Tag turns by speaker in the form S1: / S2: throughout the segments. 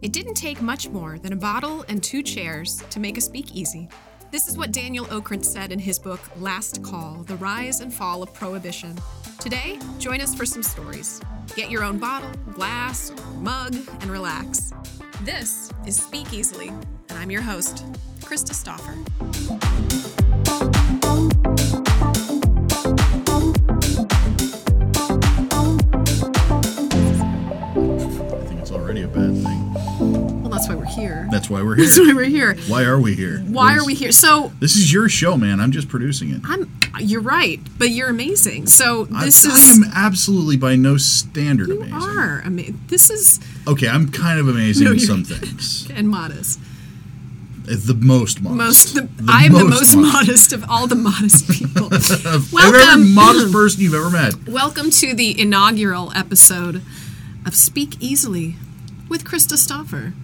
S1: It didn't take much more than a bottle and two chairs to make a speakeasy. This is what Daniel Okrent said in his book Last Call The Rise and Fall of Prohibition. Today, join us for some stories. Get your own bottle, glass, mug, and relax. This is Speak Easily, and I'm your host, Krista Stoffer.
S2: I think it's already a bad thing.
S1: Well, that's why we're here.
S2: That's why we're
S1: That's why
S2: here.
S1: we're here.
S2: why are we here?
S1: Why
S2: Liz?
S1: are we here? So,
S2: This is your show, man. I'm just producing it.
S1: I'm you're right, but you're amazing. So,
S2: I-
S1: this
S2: I,
S1: is
S2: am absolutely by no standard
S1: you
S2: amazing.
S1: are. I mean, this is
S2: Okay, I'm kind of amazing
S1: No,
S2: in
S1: you're-
S2: some things.
S1: and modest.
S2: It's the most
S1: Most
S2: modest.
S1: the, I'm the most modest of all the modest people.
S2: Of every
S1: welcome,
S2: modest person you've ever met.
S1: welcome to the inaugural episode of Speak Easily with Krista Stoffer.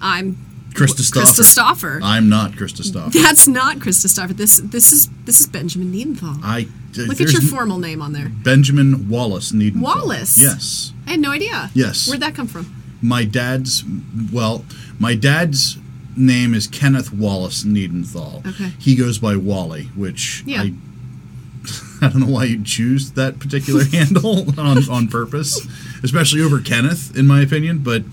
S1: I'm
S2: Krista Stoffer.
S1: Krista Stoffer.
S2: I'm not Krista Stoffer.
S1: That's not Krista Stoffer. This this is this is Benjamin Needenthal.
S2: I
S1: Look at
S2: there's
S1: your
S2: n-
S1: formal name on there.
S2: Benjamin Wallace Needham.
S1: Wallace.
S2: Yes.
S1: I had no idea.
S2: Yes.
S1: Where'd that come from?
S2: my dad's well my dad's name is kenneth wallace needenthal
S1: Okay.
S2: he goes by wally which
S1: Yeah.
S2: i I don't know why you choose that particular handle on, on purpose, especially over Kenneth, in my opinion. But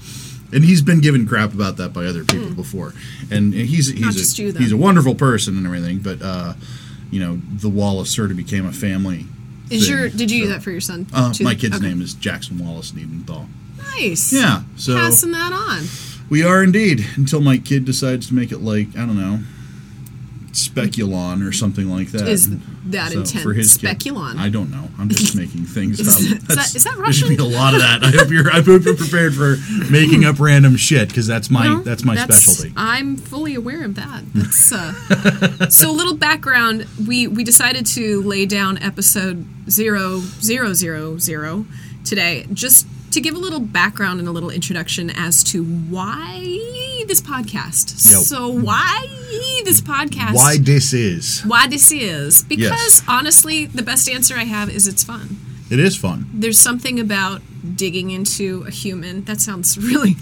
S2: and he's been given crap about that by other people before, and he's he's
S1: Hmm. Not
S2: a,
S1: just you, though.
S2: he's a wonderful person and everything. But uh, you know, the Wallace sort of became a family.
S1: Is
S2: thing,
S1: your did you do
S2: so-
S1: that for your son?
S2: Uh,
S1: too?
S2: my kid's
S1: Okay.
S2: name is Jackson Wallace Needenthal.
S1: Nice.
S2: Yeah, so
S1: Passing that on.
S2: we are indeed, until my kid decides to make it like, I don't know, speculon or something like that.
S1: Is that
S2: So,
S1: intent
S2: for his kid-
S1: speculon?
S2: I don't know. I'm just making things up.
S1: Is that-
S2: That's-
S1: is that
S2: there should
S1: Russian?
S2: be a lot of that. I hope you're I hope you're prepared for making up random shit because that's my
S1: No,
S2: that's my specialty.
S1: I'm fully aware of that. That's, uh, so, a little background. We we decided to lay down episode zero zero zero zero today, just to give a little background and a little introduction as to why this podcast.
S2: Yep.
S1: So, why this podcast?
S2: Why this is?
S1: why this is? Because
S2: Yes.
S1: honestly, the best answer I have is it's fun.
S2: It is fun.
S1: There's something about digging into a human. That sounds really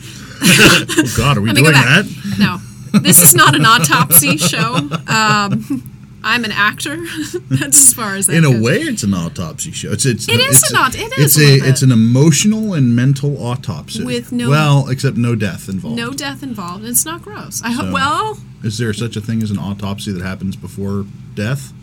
S2: Oh God, are we
S1: Let me
S2: doing
S1: go back.
S2: that?
S1: No, this is not an autopsy show. Um, I'm an actor. That's as far as that
S2: In a
S1: goes.
S2: way, it's an autopsy show. It's it's
S1: It is
S2: it's
S1: an aut- it is
S2: it's
S1: a little bit.
S2: it's an emotional and mental autopsy
S1: With no-
S2: well, except no death involved.
S1: No death involved. It's not gross. I hope.
S2: So-
S1: well,
S2: Is there such a thing as an autopsy that happens before death?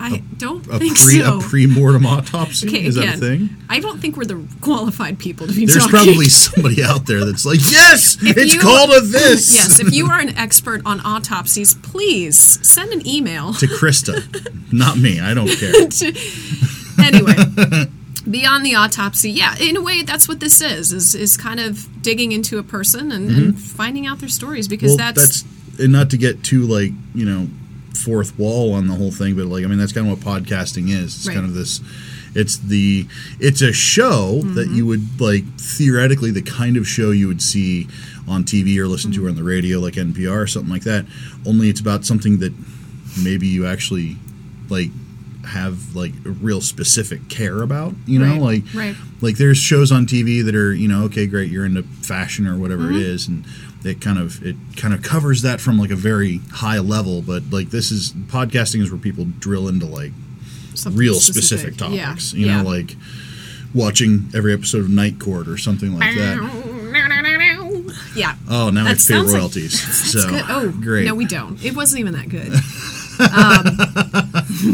S1: I don't
S2: A
S1: think
S2: pre
S1: so.
S2: a pre-mortem autopsy?
S1: Okay,
S2: is that a
S1: again,
S2: thing?
S1: I don't think we're the qualified people to be
S2: There's
S1: talking.
S2: probably somebody out there that's like, "Yes, it's
S1: you-
S2: called a this."
S1: yes. If you are an expert on autopsies, please send an email.
S2: to Krista, not me. I don't care.
S1: anyway, beyond the autopsy, yeah, in a way, that's what this is is is kind of digging into a person and, and finding out their stories because
S2: Mm-hmm. Well,
S1: that's
S2: that's and not to get too like you know fourth wall on the whole thing, but like I mean that's kind of what podcasting is. It's
S1: Right.
S2: kind of this. It's the it's a show that
S1: Mm-hmm.
S2: you would like theoretically the kind of show you would see on TV or listen
S1: Mm-hmm.
S2: to on the radio, like NPR or something like that. Only it's about something that maybe you actually like have like a real specific care about. You know,
S1: Right,
S2: like
S1: right.
S2: like there's shows on TV that are you know okay great you're into fashion or whatever it
S1: Mm-hmm.
S2: is and it kind of it kind of covers that from like a very high level but like this is podcasting is where people drill into like
S1: something
S2: real specific,
S1: Yeah,
S2: topics you
S1: yeah.
S2: know like watching every episode of Night Court or something like that
S1: yeah.
S2: oh now we
S1: That
S2: have to pay
S1: sounds like-
S2: royalties so
S1: It's good. Oh,
S2: great
S1: No, we don't. It wasn't even that good.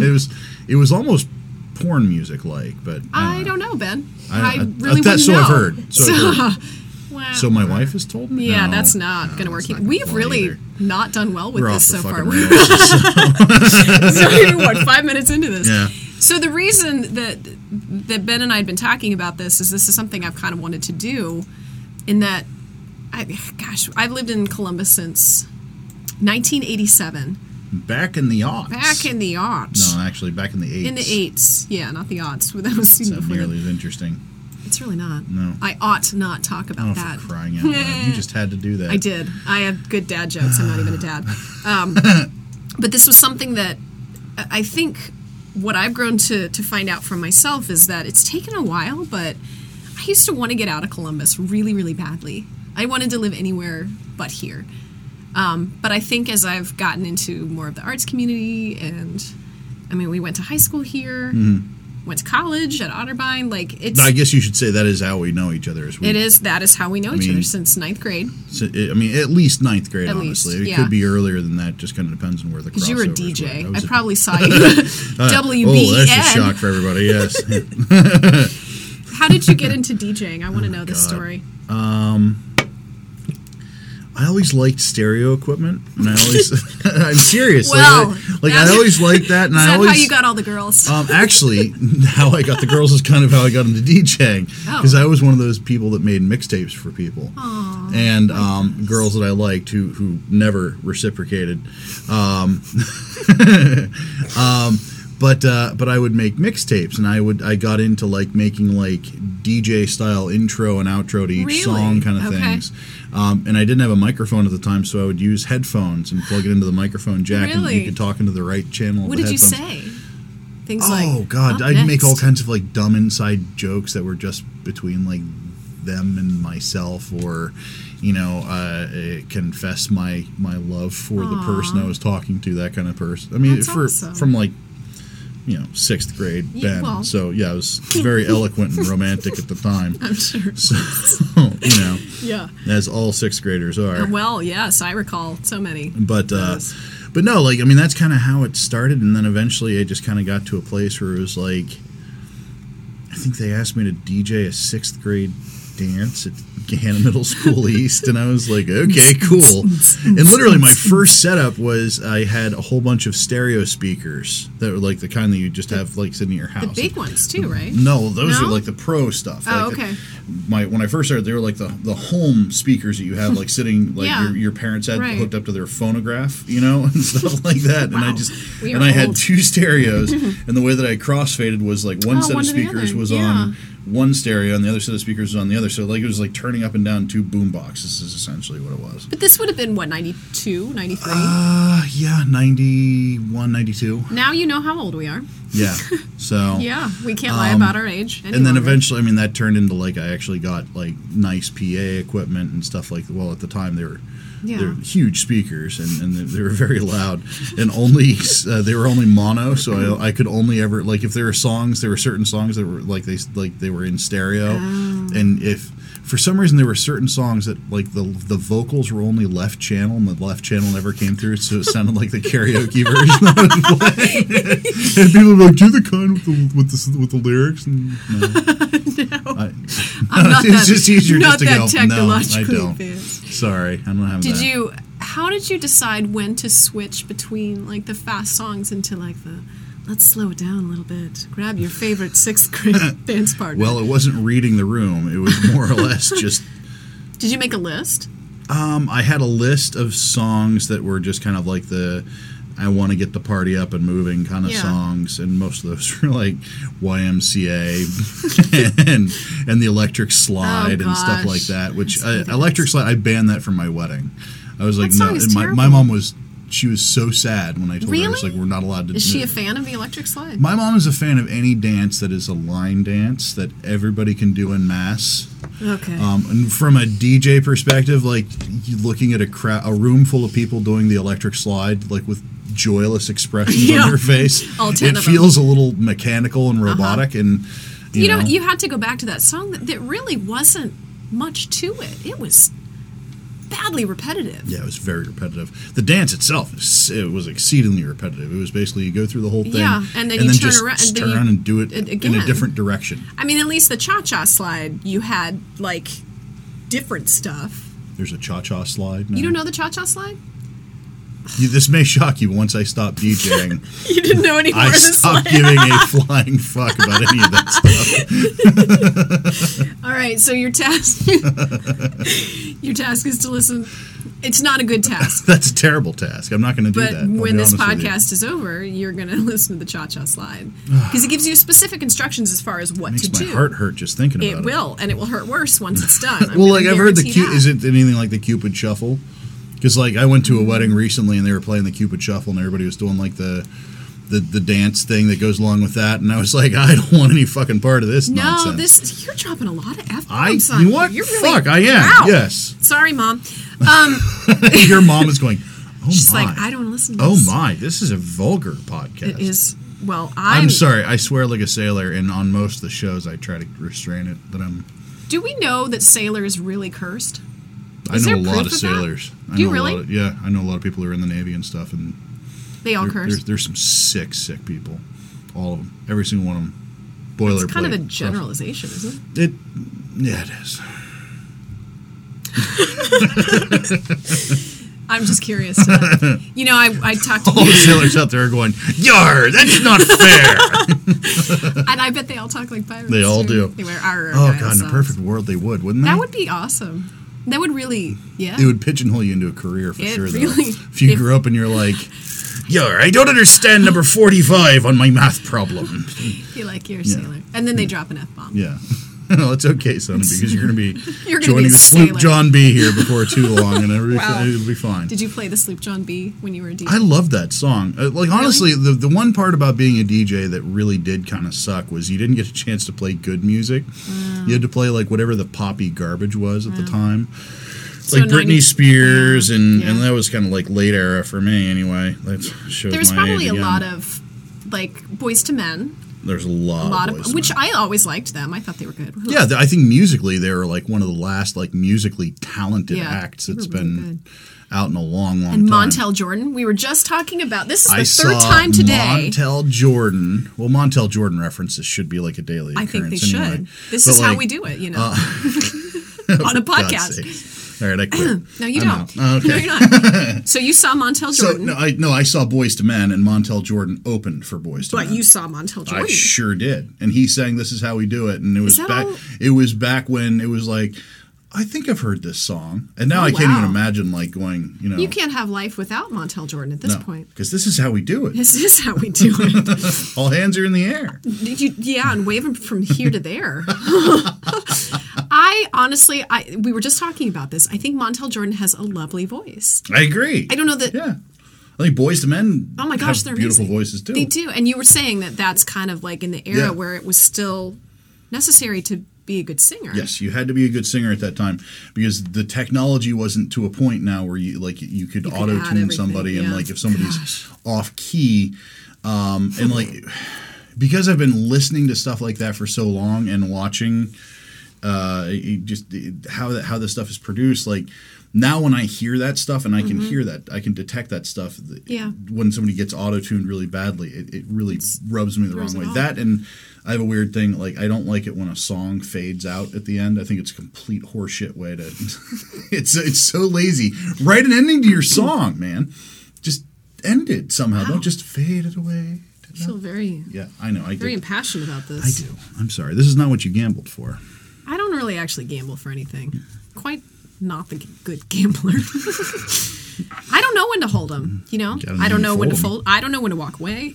S2: it was it was almost porn music like but
S1: I don't know, Ben.
S2: I-
S1: I,
S2: I-
S1: really wouldn't
S2: that's- so
S1: know.
S2: I've heard. So I've
S1: wow.
S2: so my wife has told me
S1: yeah,
S2: No,
S1: that's not
S2: no,
S1: going to
S2: that's
S1: work.
S2: not gonna
S1: We've
S2: fly
S1: really
S2: either.
S1: not done well with
S2: we're off
S1: this
S2: the
S1: so far.
S2: fucking
S1: We're
S2: rails
S1: sorry, what five minutes into this.
S2: Yeah.
S1: So the reason that that Ben and I had been talking about this is this is something I've kind of wanted to do, in that, I gosh, I've lived in Columbus since 1987.
S2: back in the aughts
S1: Back in the aughts.
S2: No, actually, back in the eights.
S1: In the eights, yeah, not the odds. That was seen
S2: Not
S1: before.
S2: nearly as interesting.
S1: It's really not.
S2: No.
S1: I ought not talk about
S2: Oh,
S1: that.
S2: for crying out loud! You just had to do that.
S1: I did. I have good dad jokes. I'm not even a dad. Um, but this was something that I I think what I've grown to to find out from myself is that it's taken a while, but I used to want to get out of Columbus really, really badly. I wanted to live anywhere but here. Um, but I think as I've gotten into more of the arts community, and I mean, we went to high school here, went to college at Otterbein. Like it's,
S2: Mm-hmm. I guess you should say that is how we know each other. Is we,
S1: it is that is how we know each
S2: mean-
S1: other since ninth grade.
S2: So, it- I mean, at least ninth grade.
S1: At least,
S2: honestly, it
S1: yeah.
S2: could be earlier than that. Just kind of depends on where the.
S1: Because you were a
S2: crossovers
S1: DJ,
S2: were.
S1: I,
S2: was a-
S1: probably E saw you. WBN.
S2: Oh, that's a shock for everybody. Yes.
S1: How did you get into DJing? I want to know this
S2: Oh God.
S1: story.
S2: I always liked stereo equipment, and I always. I'm serious. like,
S1: Well,
S2: I- like, I
S1: that's-
S2: always liked that, and
S1: Is
S2: I
S1: that
S2: always.
S1: how you got all the girls?
S2: um, actually, how I got the girls is kind of how I got into DJing
S1: Oh.
S2: because I was one of those people that made mixtapes for people and um, girls that I liked who who never reciprocated. Um, um, but uh, but I would make mixtapes, and I would I got into like making like DJ style intro and outro to each
S1: Really?
S2: song kind of
S1: Okay.
S2: things. Um, and I didn't have a microphone at the time, so I would use headphones and plug it into the microphone jack, and
S1: Really?
S2: you could talk into the right channel. of
S1: what
S2: the
S1: did you
S2: headphones.
S1: say? Things like
S2: Oh God,
S1: "Up
S2: I'd make all
S1: next."
S2: kinds of like dumb inside jokes that were just between like them and myself, or you know, uh, uh, confess my my love for the person I was talking to, that kind of person. I mean,
S1: That's
S2: for
S1: awesome.
S2: from like you know sixth grade
S1: Ye-
S2: then,
S1: well.
S2: so yeah, I was very eloquent and romantic at the time.
S1: I'm sure.
S2: So you know,
S1: Yeah.
S2: as all sixth graders are.
S1: Well, yes, I recall so many.
S2: But uh,
S1: Yes.
S2: but no, like I mean, that's kind of how it started, and then eventually it just kind of got to a place where it was like, I think they asked me to DJ a sixth grade dance at Hannah Middle School East, and I was like, okay, cool. and literally, my first setup was I had a whole bunch of stereo speakers that were like the kind that you just have like sitting in your house.
S1: The big ones too, right?
S2: No, those
S1: No?
S2: are like the pro stuff.
S1: Oh,
S2: like the-
S1: okay.
S2: my when I first started, they were like the the home speakers that you have, like sitting like
S1: Yeah.
S2: your, your parents had
S1: Right.
S2: hooked up to their phonograph, you know, and stuff like that. And I
S1: Wow.
S2: just
S1: We are
S2: and I had
S1: old.
S2: two stereos, and the way that I crossfaded was like one
S1: Oh,
S2: set
S1: one
S2: of
S1: to the
S2: speakers
S1: other.
S2: was
S1: Yeah.
S2: on one stereo, and the other set of speakers was on the other. So like it was like turning up and down two boom boxes is essentially what it was.
S1: But this would have been what 92, 93.
S2: Uh, yeah, 91, 92.
S1: now you know how old we are.
S2: Yeah. So
S1: Yeah, we can't lie about our age. any
S2: um, and then
S1: longer.
S2: eventually, I mean, that turned into like I actually got like nice PA equipment and stuff like. Well, at the time they were
S1: Yeah.
S2: they're huge speakers and, and they they were very loud and only uh, they were only mono, so I, I could only ever like if there were songs, there were certain songs that were like they like they were in stereo, and if. For some reason, there were certain songs that, like the the vocals, were only left channel, and the left channel never came through, so it sounded like the karaoke version. I was playing. and people were like, "Do the kind with the with the, with the lyrics." And, no. I,
S1: Not
S2: it's
S1: that-
S2: just easier
S1: not
S2: just to
S1: that
S2: go. No, I
S1: technologically
S2: don't.
S1: advanced.
S2: Sorry, I don't have
S1: Did
S2: that.
S1: you? How did you decide when to switch between like the fast songs into like the? Let's slow it down a little bit. Grab your favorite sixth grade dance partner.
S2: Well, it wasn't reading the room. It was more or less just.
S1: did you make a list?
S2: Um, I had a list of songs that were just kind of like the. I want to get the party up and moving kind of
S1: Yeah.
S2: songs, and most of those were like YMCA and and the Electric Slide and stuff
S1: Oh, gosh.
S2: like that. Which
S1: That's
S2: uh, Electric Slide, I banned that from my wedding. I was like,
S1: That
S2: no.
S1: song is
S2: and my, my
S1: terrible.
S2: mom was she was so sad when I told her I was
S1: Really?
S2: like, we're not allowed to.
S1: Is she
S2: no.
S1: a fan of the electric slide?
S2: My mom is a fan of any dance that is a line dance that everybody can do in mass.
S1: okay.
S2: Um, and from a DJ perspective, like you looking at a crowd, a room full of people doing the electric slide, like with joyless expressions
S1: Yeah.
S2: on their face,
S1: All ten
S2: it
S1: of 'em. Uh-huh.
S2: feels a little mechanical and robotic. And you,
S1: you know,
S2: know,
S1: you had to go back to that song that, that really wasn't much to it. It was badly repetitive.
S2: yeah, it was very repetitive. The dance itself, s- it was exceedingly repetitive. It was basically you go through the whole thing,
S1: Yeah, and then you turn
S2: just
S1: around- and
S2: s-
S1: then
S2: turn
S1: you-
S2: around and do it
S1: it
S2: in a
S1: again.
S2: different direction.
S1: I mean, at least the cha cha slide, you had like different stuff.
S2: There's a cha-cha slide.
S1: You
S2: now.
S1: don't know the cha cha slide?
S2: You- this may shock you, but once I stop DJing.
S1: You didn't know any more
S2: I
S1: of the slide.
S2: stopped giving a flying fuck about any of that stuff.
S1: All right, so your task your task is to listen. It's not a good task,
S2: That's a terrible task. I'm not going to do
S1: but
S2: that. I'll
S1: when
S2: be
S1: this
S2: honest with you.
S1: podcast is over, you're going to listen to the cha cha slide because it gives you specific instructions as far as what
S2: makes
S1: to
S2: my
S1: do.
S2: heart hurt just thinking
S1: it
S2: about it.
S1: will, and it will hurt worse once it's done. I'm
S2: Well,
S1: gonna
S2: like I've heard the
S1: guarantee
S2: cu-
S1: that.
S2: is it anything like the Cupid Shuffle? Because like I went to a wedding recently and they were playing the Cupid Shuffle and everybody was doing like the the, the dance thing that goes along with that. And I was like, I don't want any fucking part of this
S1: No,
S2: nonsense.
S1: this you're dropping a lot of f
S2: I,
S1: bombs on
S2: you
S1: me.
S2: what?
S1: You're really,
S2: Fuck, I am.
S1: Wow.
S2: Yes.
S1: Sorry, mom. Um,
S2: Your mom is going, oh
S1: she's
S2: my.
S1: like, I don't listen. to
S2: oh
S1: this.
S2: my, this is a vulgar podcast.
S1: It is. Well,
S2: I'm,
S1: I'm,
S2: sorry, I swear like a sailor, and on most of the shows I try to restrain it, but I'm.
S1: Do we know that sailor is really cursed?
S2: I
S1: Is
S2: know a
S1: there
S2: lot
S1: proof
S2: of
S1: of that?
S2: sailors. I
S1: Do you
S2: know
S1: really?
S2: A lot of, yeah, I know a lot of people who are in the Navy and stuff, and
S1: They all
S2: there-
S1: curse.
S2: there's, there's some sick, sick people. All of them. Every single one of them. Boilerplate.
S1: It's kind of a
S2: stuff.
S1: generalization, isn't it?
S2: It, yeah, it is.
S1: I'm just curious. To know. you know, I, I talked to
S2: All the sailors out there are going, Yar, that's not fair.
S1: and I bet they all talk like pirates.
S2: They all
S1: too.
S2: do.
S1: They wear our.
S2: oh, God, in a perfect world, they would, wouldn't they?
S1: That would be awesome. That would really, yeah.
S2: it would pigeonhole you into a career for
S1: It
S2: sure,
S1: really-
S2: though. If you
S1: if-
S2: grew up and you're like, Yar, I don't understand number 45 on my math problem.
S1: Be like you're a sailor, and then they drop an f bomb.
S2: Yeah. No, it's okay, son, because you're going to be
S1: You're gonna
S2: joining
S1: be a
S2: the Sloop
S1: sailor.
S2: John B here before too long, and everything,
S1: Wow.
S2: it'll be fine.
S1: Did you play the Sloop John B when you were a DJ?
S2: I love that song. Uh, Like honestly, the the one part about being a DJ that really did kind of suck was you didn't get a chance to play good music.
S1: Mm.
S2: You had to play like whatever the poppy garbage was at the time. like Britney
S1: 90
S2: Spears
S1: yeah,
S2: and
S1: yeah.
S2: and that was kind of like late era for me anyway. That shows
S1: there was
S2: my
S1: probably
S2: age
S1: a
S2: again.
S1: lot of like boys to men,
S2: there's a lot,
S1: a lot
S2: of,
S1: of
S2: voice
S1: which
S2: now.
S1: I always liked them. I thought they were good. Who-
S2: yeah, th- I think musically they were like one of the last like musically talented
S1: Yeah,
S2: acts
S1: they were
S2: that's
S1: really
S2: been
S1: good.
S2: out in a long, long
S1: And
S2: time.
S1: Montel Jordan, we were just talking about. This is the
S2: I
S1: third
S2: saw
S1: time today.
S2: Montel Jordan. Well, Montel Jordan references should be like a daily.
S1: I think they
S2: occurrence
S1: should.
S2: anyway.
S1: This
S2: But,
S1: is how
S2: like, uh,
S1: we do it, you know, on a
S2: God's
S1: podcast.
S2: sakes. All right, I quit.
S1: No, you
S2: I'm
S1: don't.
S2: out. Uh,
S1: No,
S2: okay.
S1: you're not. so you saw Montel
S2: So
S1: Jordan,
S2: no, I no, I saw Boys to Men, and Montel Jordan opened for Boys to
S1: but
S2: Men.
S1: you saw Montel
S2: I
S1: Jordan.
S2: sure did, and he sang "This Is How We Do It," and it was
S1: that
S2: back.
S1: all?
S2: It was back when it was like, I think I've heard this song, and now
S1: Oh,
S2: I can't even
S1: wow.
S2: imagine like going, you know,
S1: you can't have life without Montel Jordan at this point.
S2: because this is how we do it.
S1: This is how we do it.
S2: All hands are in the air.
S1: Did you, yeah, and wave him from here to there. I honestly, I we were just talking about this. I think Montel Jordan has a lovely voice.
S2: I agree.
S1: I don't know that.
S2: Yeah, I think Boys to Men.
S1: Oh my gosh,
S2: have
S1: they're
S2: beautiful
S1: amazing.
S2: voices too.
S1: They do, and you were saying that that's kind of like in the era
S2: Yeah.
S1: where it was still necessary to be a good singer.
S2: Yes, you had to be a good singer at that time because the technology wasn't to a point now where you like you could
S1: could
S2: auto
S1: add
S2: tune
S1: everything,
S2: somebody and
S1: yeah.
S2: like if somebody's off key, um, and like because I've been listening to stuff like that for so long and watching uh, it- just it- how that how this stuff is produced, like. Now, when I hear that stuff, and I can hear that, I can detect that stuff. th-
S1: Mm-hmm. Yeah.
S2: When somebody gets auto tuned really badly, it, it really rubs me the
S1: throws
S2: wrong
S1: it
S2: way.
S1: off.
S2: That and I have a weird thing like I don't like it when a song fades out at the end. I think it's a complete horseshit way to. it's it's so lazy. Write an ending to your song, man. Just end it somehow. Don't just fade it away.
S1: I feel very,
S2: Yeah, I know. I
S1: very
S2: do.
S1: impassioned about this.
S2: I do. I'm sorry. This is not what you gambled for.
S1: I don't really actually gamble for anything. Quite not the g- good gambler. I don't know when to hold them. You know,
S2: Gotta
S1: I don't know when to
S2: fold
S1: fold.
S2: 'em.
S1: I don't know when to walk away,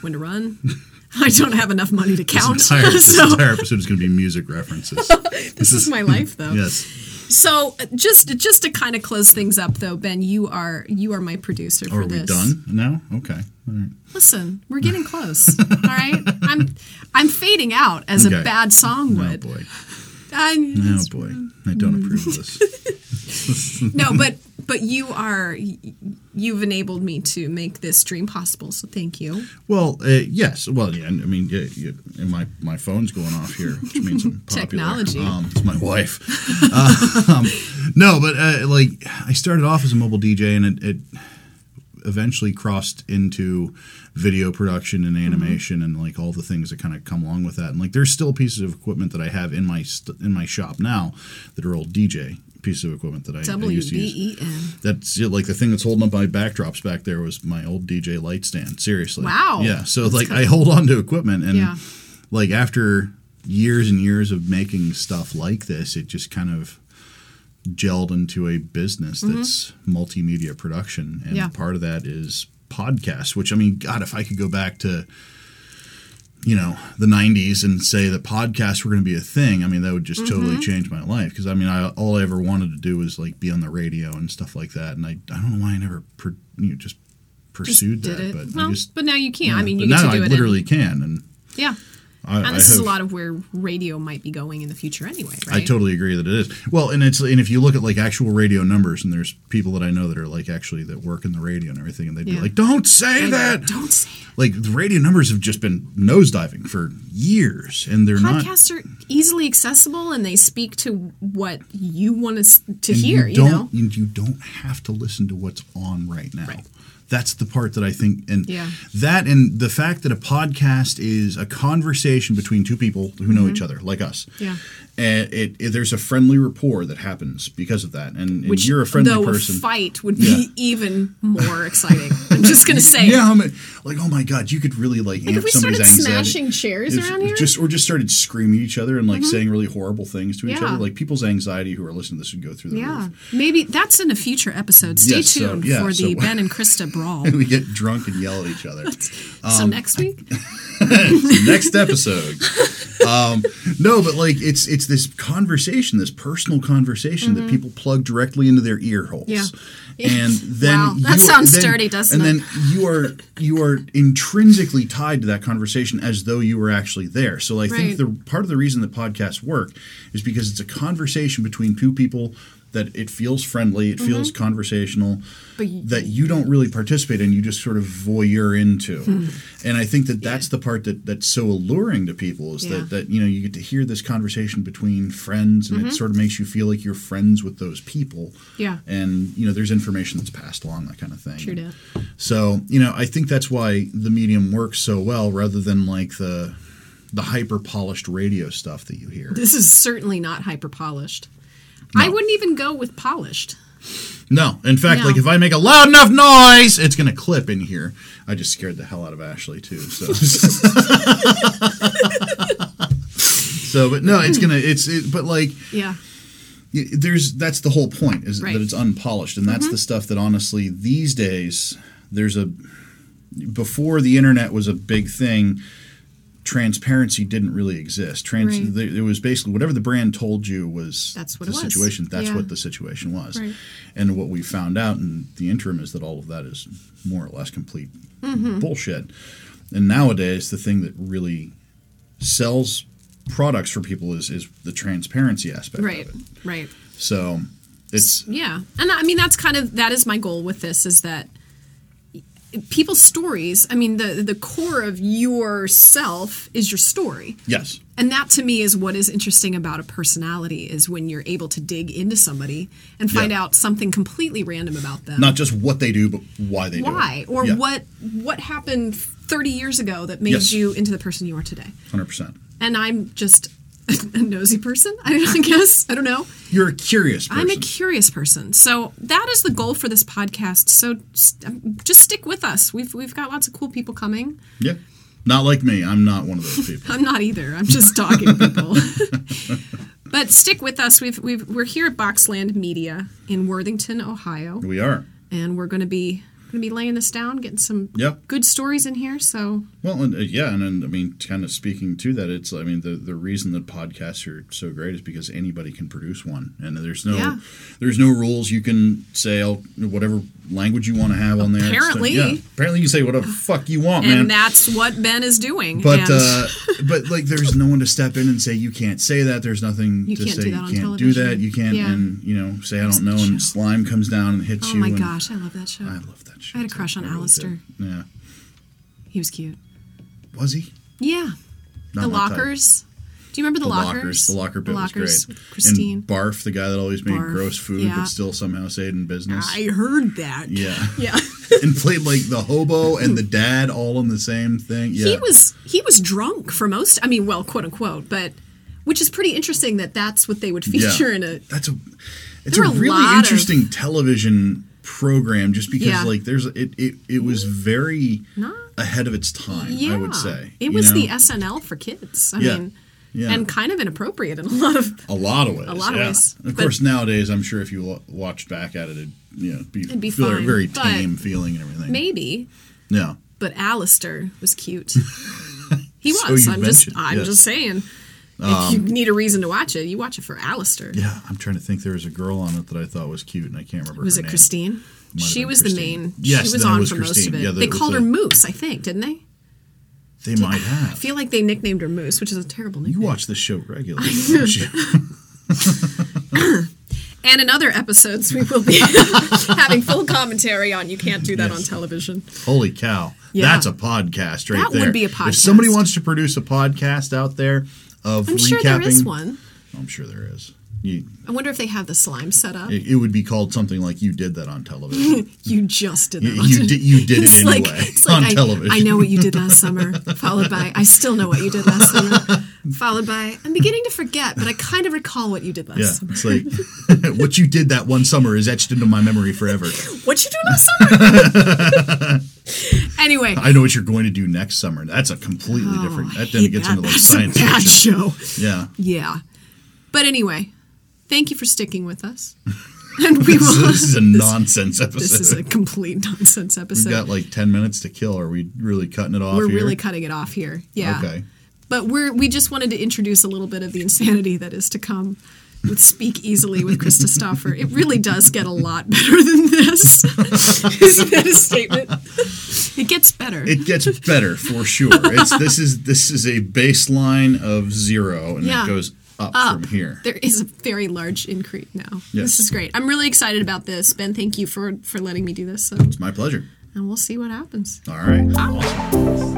S1: when to run. I don't have enough money to count.
S2: This entire, this
S1: so
S2: entire episode is going to be music references.
S1: this is my life, though.
S2: yes.
S1: So uh, just just to kind of close things up, though, Ben, you are you are my producer for
S2: Are we
S1: this.
S2: done now? Okay. Oh, All right.
S1: Listen, we're getting close. all right, I'm I'm fading out as a
S2: Okay.
S1: bad song
S2: Oh
S1: would.
S2: boy.
S1: I'm-
S2: Oh boy. I don't approve of this.
S1: no but but you are y- you've enabled me to make this dream possible so thank you
S2: Well, uh, yes. Well, yeah. I mean, yeah, yeah, and my my phone's going off here, which means I'm popular.
S1: Technology.
S2: Um, it's my wife. um, no, but uh, like I started off as a mobile DJ, and it, it eventually crossed into video production and animation, and like all the things that kind of come along with that. And like, there's still pieces of equipment that I have in my st- in my shop now that are old DJ pieces of equipment that I, I used
S1: E
S2: to use
S1: w-b-e-n
S2: that's it, like the thing that's holding up my backdrops back there was my old DJ light stand. Seriously.
S1: Wow.
S2: Yeah. So like I hold on to equipment and
S1: Yeah.
S2: like after years and years of making stuff like this, it just kind of gelled into a business that's multimedia production.
S1: Mm-hmm.
S2: And
S1: Yeah.
S2: part of that is podcasts, which I mean, God, if I could go back to you know the 90s and say that podcasts were going to be a thing i mean that would just
S1: Mm-hmm.
S2: totally change my life because i mean I, all i ever wanted to do was like be on the radio and stuff like that and i, I don't know why i never pro- you know, just pursued
S1: did
S2: that,
S1: it.
S2: but
S1: well,
S2: I just
S1: but now you can.
S2: yeah,
S1: I mean, you
S2: but
S1: get
S2: now
S1: to do
S2: I
S1: it.
S2: literally can, and
S1: in, yeah.
S2: I,
S1: And
S2: I
S1: this is a
S2: have-
S1: lot of where radio might be going in the future, anyway. Right?
S2: I totally agree that it is. Well, and it's and if you look at like actual radio numbers, and there's people that I know that are like actually that work in the radio and everything, and they'd
S1: Yeah.
S2: be like, "Don't say
S1: I-
S2: that."
S1: Don't say it.
S2: Like the radio numbers have just been nosediving for years, and they're not.
S1: Podcasts are easily accessible, and they speak to what you want us to
S2: and
S1: hear. You,
S2: you don't,
S1: know,
S2: and you don't have to listen to what's on right now.
S1: Right.
S2: That's the part that I think, and
S1: Yeah.
S2: that, and the fact that a podcast is a conversation between two people who know each other, like us.
S1: Mm-hmm. Yeah.
S2: and it, it- there's a friendly rapport that happens because of that, and, and
S1: which
S2: you're a friendly
S1: though
S2: person.
S1: a fight would be
S2: Yeah.
S1: even more exciting. I'm just gonna say. it.
S2: Yeah, I'm like, oh my god, you could really like amp
S1: If we
S2: somebody's
S1: started
S2: anxiety.
S1: smashing chairs
S2: If-
S1: around here, Mm-hmm.
S2: Just or just started screaming at each other and like saying really horrible things to each
S1: Yeah.
S2: other. Like people's anxiety who are listening to this would go through the
S1: yeah,
S2: roof.
S1: maybe that's in a future episode. Stay
S2: Yes, so-
S1: tuned
S2: yeah,
S1: for the
S2: so-
S1: Ben and Krista brawl.
S2: We get drunk and yell at each other.
S1: so
S2: Um,
S1: next week,
S2: Next episode. um, no, but like it's it's this conversation, this personal conversation that people plug directly into their ear holes.
S1: Mm-hmm. Yeah.
S2: And then
S1: Wow, that
S2: you-
S1: sounds
S2: then-
S1: dirty, doesn't
S2: and
S1: it?
S2: then you are you are intrinsically tied to that conversation as though you were actually there. So I
S1: Right.
S2: think the part of the reason that podcasts work is because it's a conversation between two people that it feels friendly, it feels conversational,
S1: Mm-hmm. But you-
S2: that you don't really participate in, you just sort of voyeur into.
S1: Hmm.
S2: And I think that that's the part that that's so alluring to people is
S1: Yeah. Mm-hmm.
S2: that that you know you get to hear this conversation between friends and it sort of makes you feel like you're friends with those people.
S1: Yeah.
S2: And you know there's information that's passed along that kind of thing.
S1: Sure do.
S2: So, you know, I think that's why the medium works so well rather than like the the hyper polished radio stuff that you hear.
S1: this is certainly not hyper polished. I wouldn't even go with polished.
S2: No, in fact,
S1: No.
S2: like if I make a loud enough noise, it's gonna clip in here. I just scared the hell out of Ashley too. So, so but no, it's gonna it's it, but like
S1: Yeah,
S2: y- there's that's the whole point is
S1: Right. Mm-hmm.
S2: that it's unpolished, and that's the stuff that honestly these days there's a before the internet was a big thing. Transparency didn't really exist. Trans,
S1: Right.
S2: th- it was basically whatever the brand told you was
S1: That's what
S2: the
S1: it was.
S2: situation. That's
S1: Yeah.
S2: what the situation was.
S1: Right.
S2: And what we found out in the interim is that all of that is more or less complete
S1: Mm-hmm.
S2: bullshit. And nowadays, the thing that really sells products for people is is the transparency aspect
S1: right,
S2: of it.
S1: right.
S2: So it's
S1: yeah and i mean that's kind of that is my goal with this is that people's stories i mean the the core of yourself is your story
S2: yes,
S1: and that to me is what is interesting about a personality is when you're able to dig into somebody and find
S2: Yeah.
S1: out something completely random about them
S2: not just what they do, but why they
S1: why
S2: do it.
S1: or
S2: Yeah,
S1: what what happened 30 years ago that made
S2: Yes.
S1: you into the person you are today
S2: Hundred percent.
S1: and i'm just a nosy person i don't- I guess i don't know
S2: You're a curious person.
S1: I'm a curious person. So that is the goal for this podcast. So st- just stick with us. We've we've got lots of cool people coming.
S2: yeah, not like me. I'm not one of those people.
S1: I'm not either. I'm just dogging people. but stick with us. We've we've we're here at Boxland Media in Worthington, Ohio,
S2: we are.
S1: and we're going to be going to be laying this down, getting some
S2: Yeah.
S1: good stories in here. So
S2: Well, and uh, yeah, and, and I mean, kind of speaking to that, it's I mean, the the reason that podcasts are so great is because anybody can produce one, and there's no
S1: Yeah.
S2: there's no rules. You can say all, whatever language you want to have on there. It's-
S1: Apparently.
S2: yeah, apparently you can say whatever the fuck you want, man.
S1: and that's what Ben is doing.
S2: but
S1: and
S2: uh, but like, there's no one to step in and say you can't say that. There's nothing
S1: You
S2: to
S1: can't
S2: say
S1: do
S2: you
S1: that on
S2: can't do
S1: television.
S2: that. You can't,
S1: Yeah.
S2: and you know, say I don't know, and slime comes down and hits
S1: oh
S2: you.
S1: my
S2: and-
S1: gosh, I love that show.
S2: I love that show.
S1: I had a
S2: too.
S1: crush on
S2: I really did.
S1: Alistair.
S2: Yeah,
S1: He was cute.
S2: was he?
S1: Yeah.
S2: Not
S1: the
S2: my type.
S1: lockers. Do you remember the,
S2: the
S1: lockers?
S2: lockers. The locker bit was
S1: lockers
S2: great.
S1: with Christine.
S2: And Barf, the guy that always made
S1: Barf,
S2: gross food
S1: yeah.
S2: but still somehow stayed in business.
S1: I heard that.
S2: yeah.
S1: Yeah.
S2: and played like the hobo and the dad all in the same thing. Yeah.
S1: He was he was drunk for most I mean, well, quote unquote, but which is pretty interesting that that's what they would
S2: yeah.
S1: feature in a
S2: That's a it's a
S1: There were a lot
S2: really
S1: of-
S2: interesting television program just because
S1: Yeah.
S2: like there's it it, it was very
S1: Not-
S2: ahead of its time,
S1: yeah.
S2: I would say.
S1: It
S2: you
S1: was the
S2: know?
S1: SNL for kids. I
S2: Yeah.
S1: mean,
S2: Yeah.
S1: and kind of inappropriate in a lot of
S2: a lot of ways. A
S1: lot of ways.
S2: Of
S1: But-
S2: course, nowadays, I'm sure if you lo- watched back at it, it'd you know be,
S1: be
S2: feel
S1: fine,
S2: very
S1: but
S2: tame feeling and everything.
S1: maybe,
S2: yeah,
S1: but Alistair was cute. He
S2: So
S1: was.
S2: you
S1: I'm just
S2: mentioned,
S1: I'm
S2: yes. Um,
S1: just saying. if you need a reason to watch it, you watch it for Alistair.
S2: Yeah, I'm trying to think. There was a girl on it that I thought was cute, and I can't remember.
S1: Was
S2: her
S1: it
S2: name.
S1: Christine?
S2: Might have
S1: She
S2: been
S1: was the
S2: Christine.
S1: main.
S2: Yes,
S1: she was
S2: that
S1: on
S2: was
S1: for
S2: Christine.
S1: most of it.
S2: Yeah, that
S1: they
S2: was
S1: called
S2: the-
S1: her Moose, I think, didn't they?
S2: They might have.
S1: I feel like they nicknamed her Moose, which is a terrible
S2: you
S1: nickname.
S2: watch this show regularly. don't you?
S1: And in other episodes, we will be having full commentary on You Can't Do That on Television.
S2: Holy cow!
S1: Yeah.
S2: That's a podcast right
S1: That would
S2: there.
S1: be a
S2: If somebody
S1: podcast.
S2: wants to produce a podcast out there of
S1: I'm
S2: recapping, Oh,
S1: sure there is one.
S2: I'm sure there is. You,
S1: I wonder if they have the slime set up.
S2: it, it would be called something like "You did that on television."
S1: You just did that.
S2: You- you
S1: on-
S2: did- you did it
S1: It's like-
S2: anyway,
S1: it's like
S2: on
S1: I,
S2: television.
S1: I know what you did last summer, followed by I still know what you did last summer, followed by I'm beginning to forget, but I kind of recall what you did last
S2: yeah,
S1: summer.
S2: it's like what you did that one summer is etched into my memory forever.
S1: What you do last summer? anyway,
S2: I know what you're going to do next summer. That's a completely different. That then
S1: Oh, hate
S2: gets
S1: that.
S2: into like
S1: That's
S2: science
S1: a bad
S2: fiction.
S1: show.
S2: Yeah,
S1: Yeah, but anyway, thank you for sticking with us, and we will.
S2: this is a nonsense episode.
S1: this is a complete nonsense episode.
S2: We've got like ten minutes to kill. Are we really cutting it off?
S1: we're
S2: here?
S1: really cutting it off here. Yeah.
S2: Okay.
S1: But we're we just wanted to introduce a little bit of the insanity that is to come with Speak Easily with Krista Stoffer. It really does get a lot better than this. Isn't that a statement? It gets better.
S2: It gets better for sure. It's this is this is a baseline of zero, and
S1: Yeah.
S2: it goes up, from here.
S1: there is a very large increase now. This
S2: Yes.
S1: is great. I'm really excited about this. Ben, thank you for for letting me do this. So,
S2: It's my pleasure.
S1: and we'll see what happens.
S2: All right.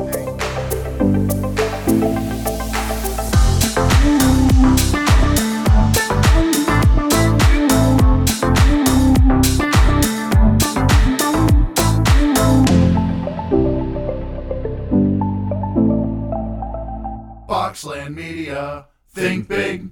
S3: Boxland Media. Think big.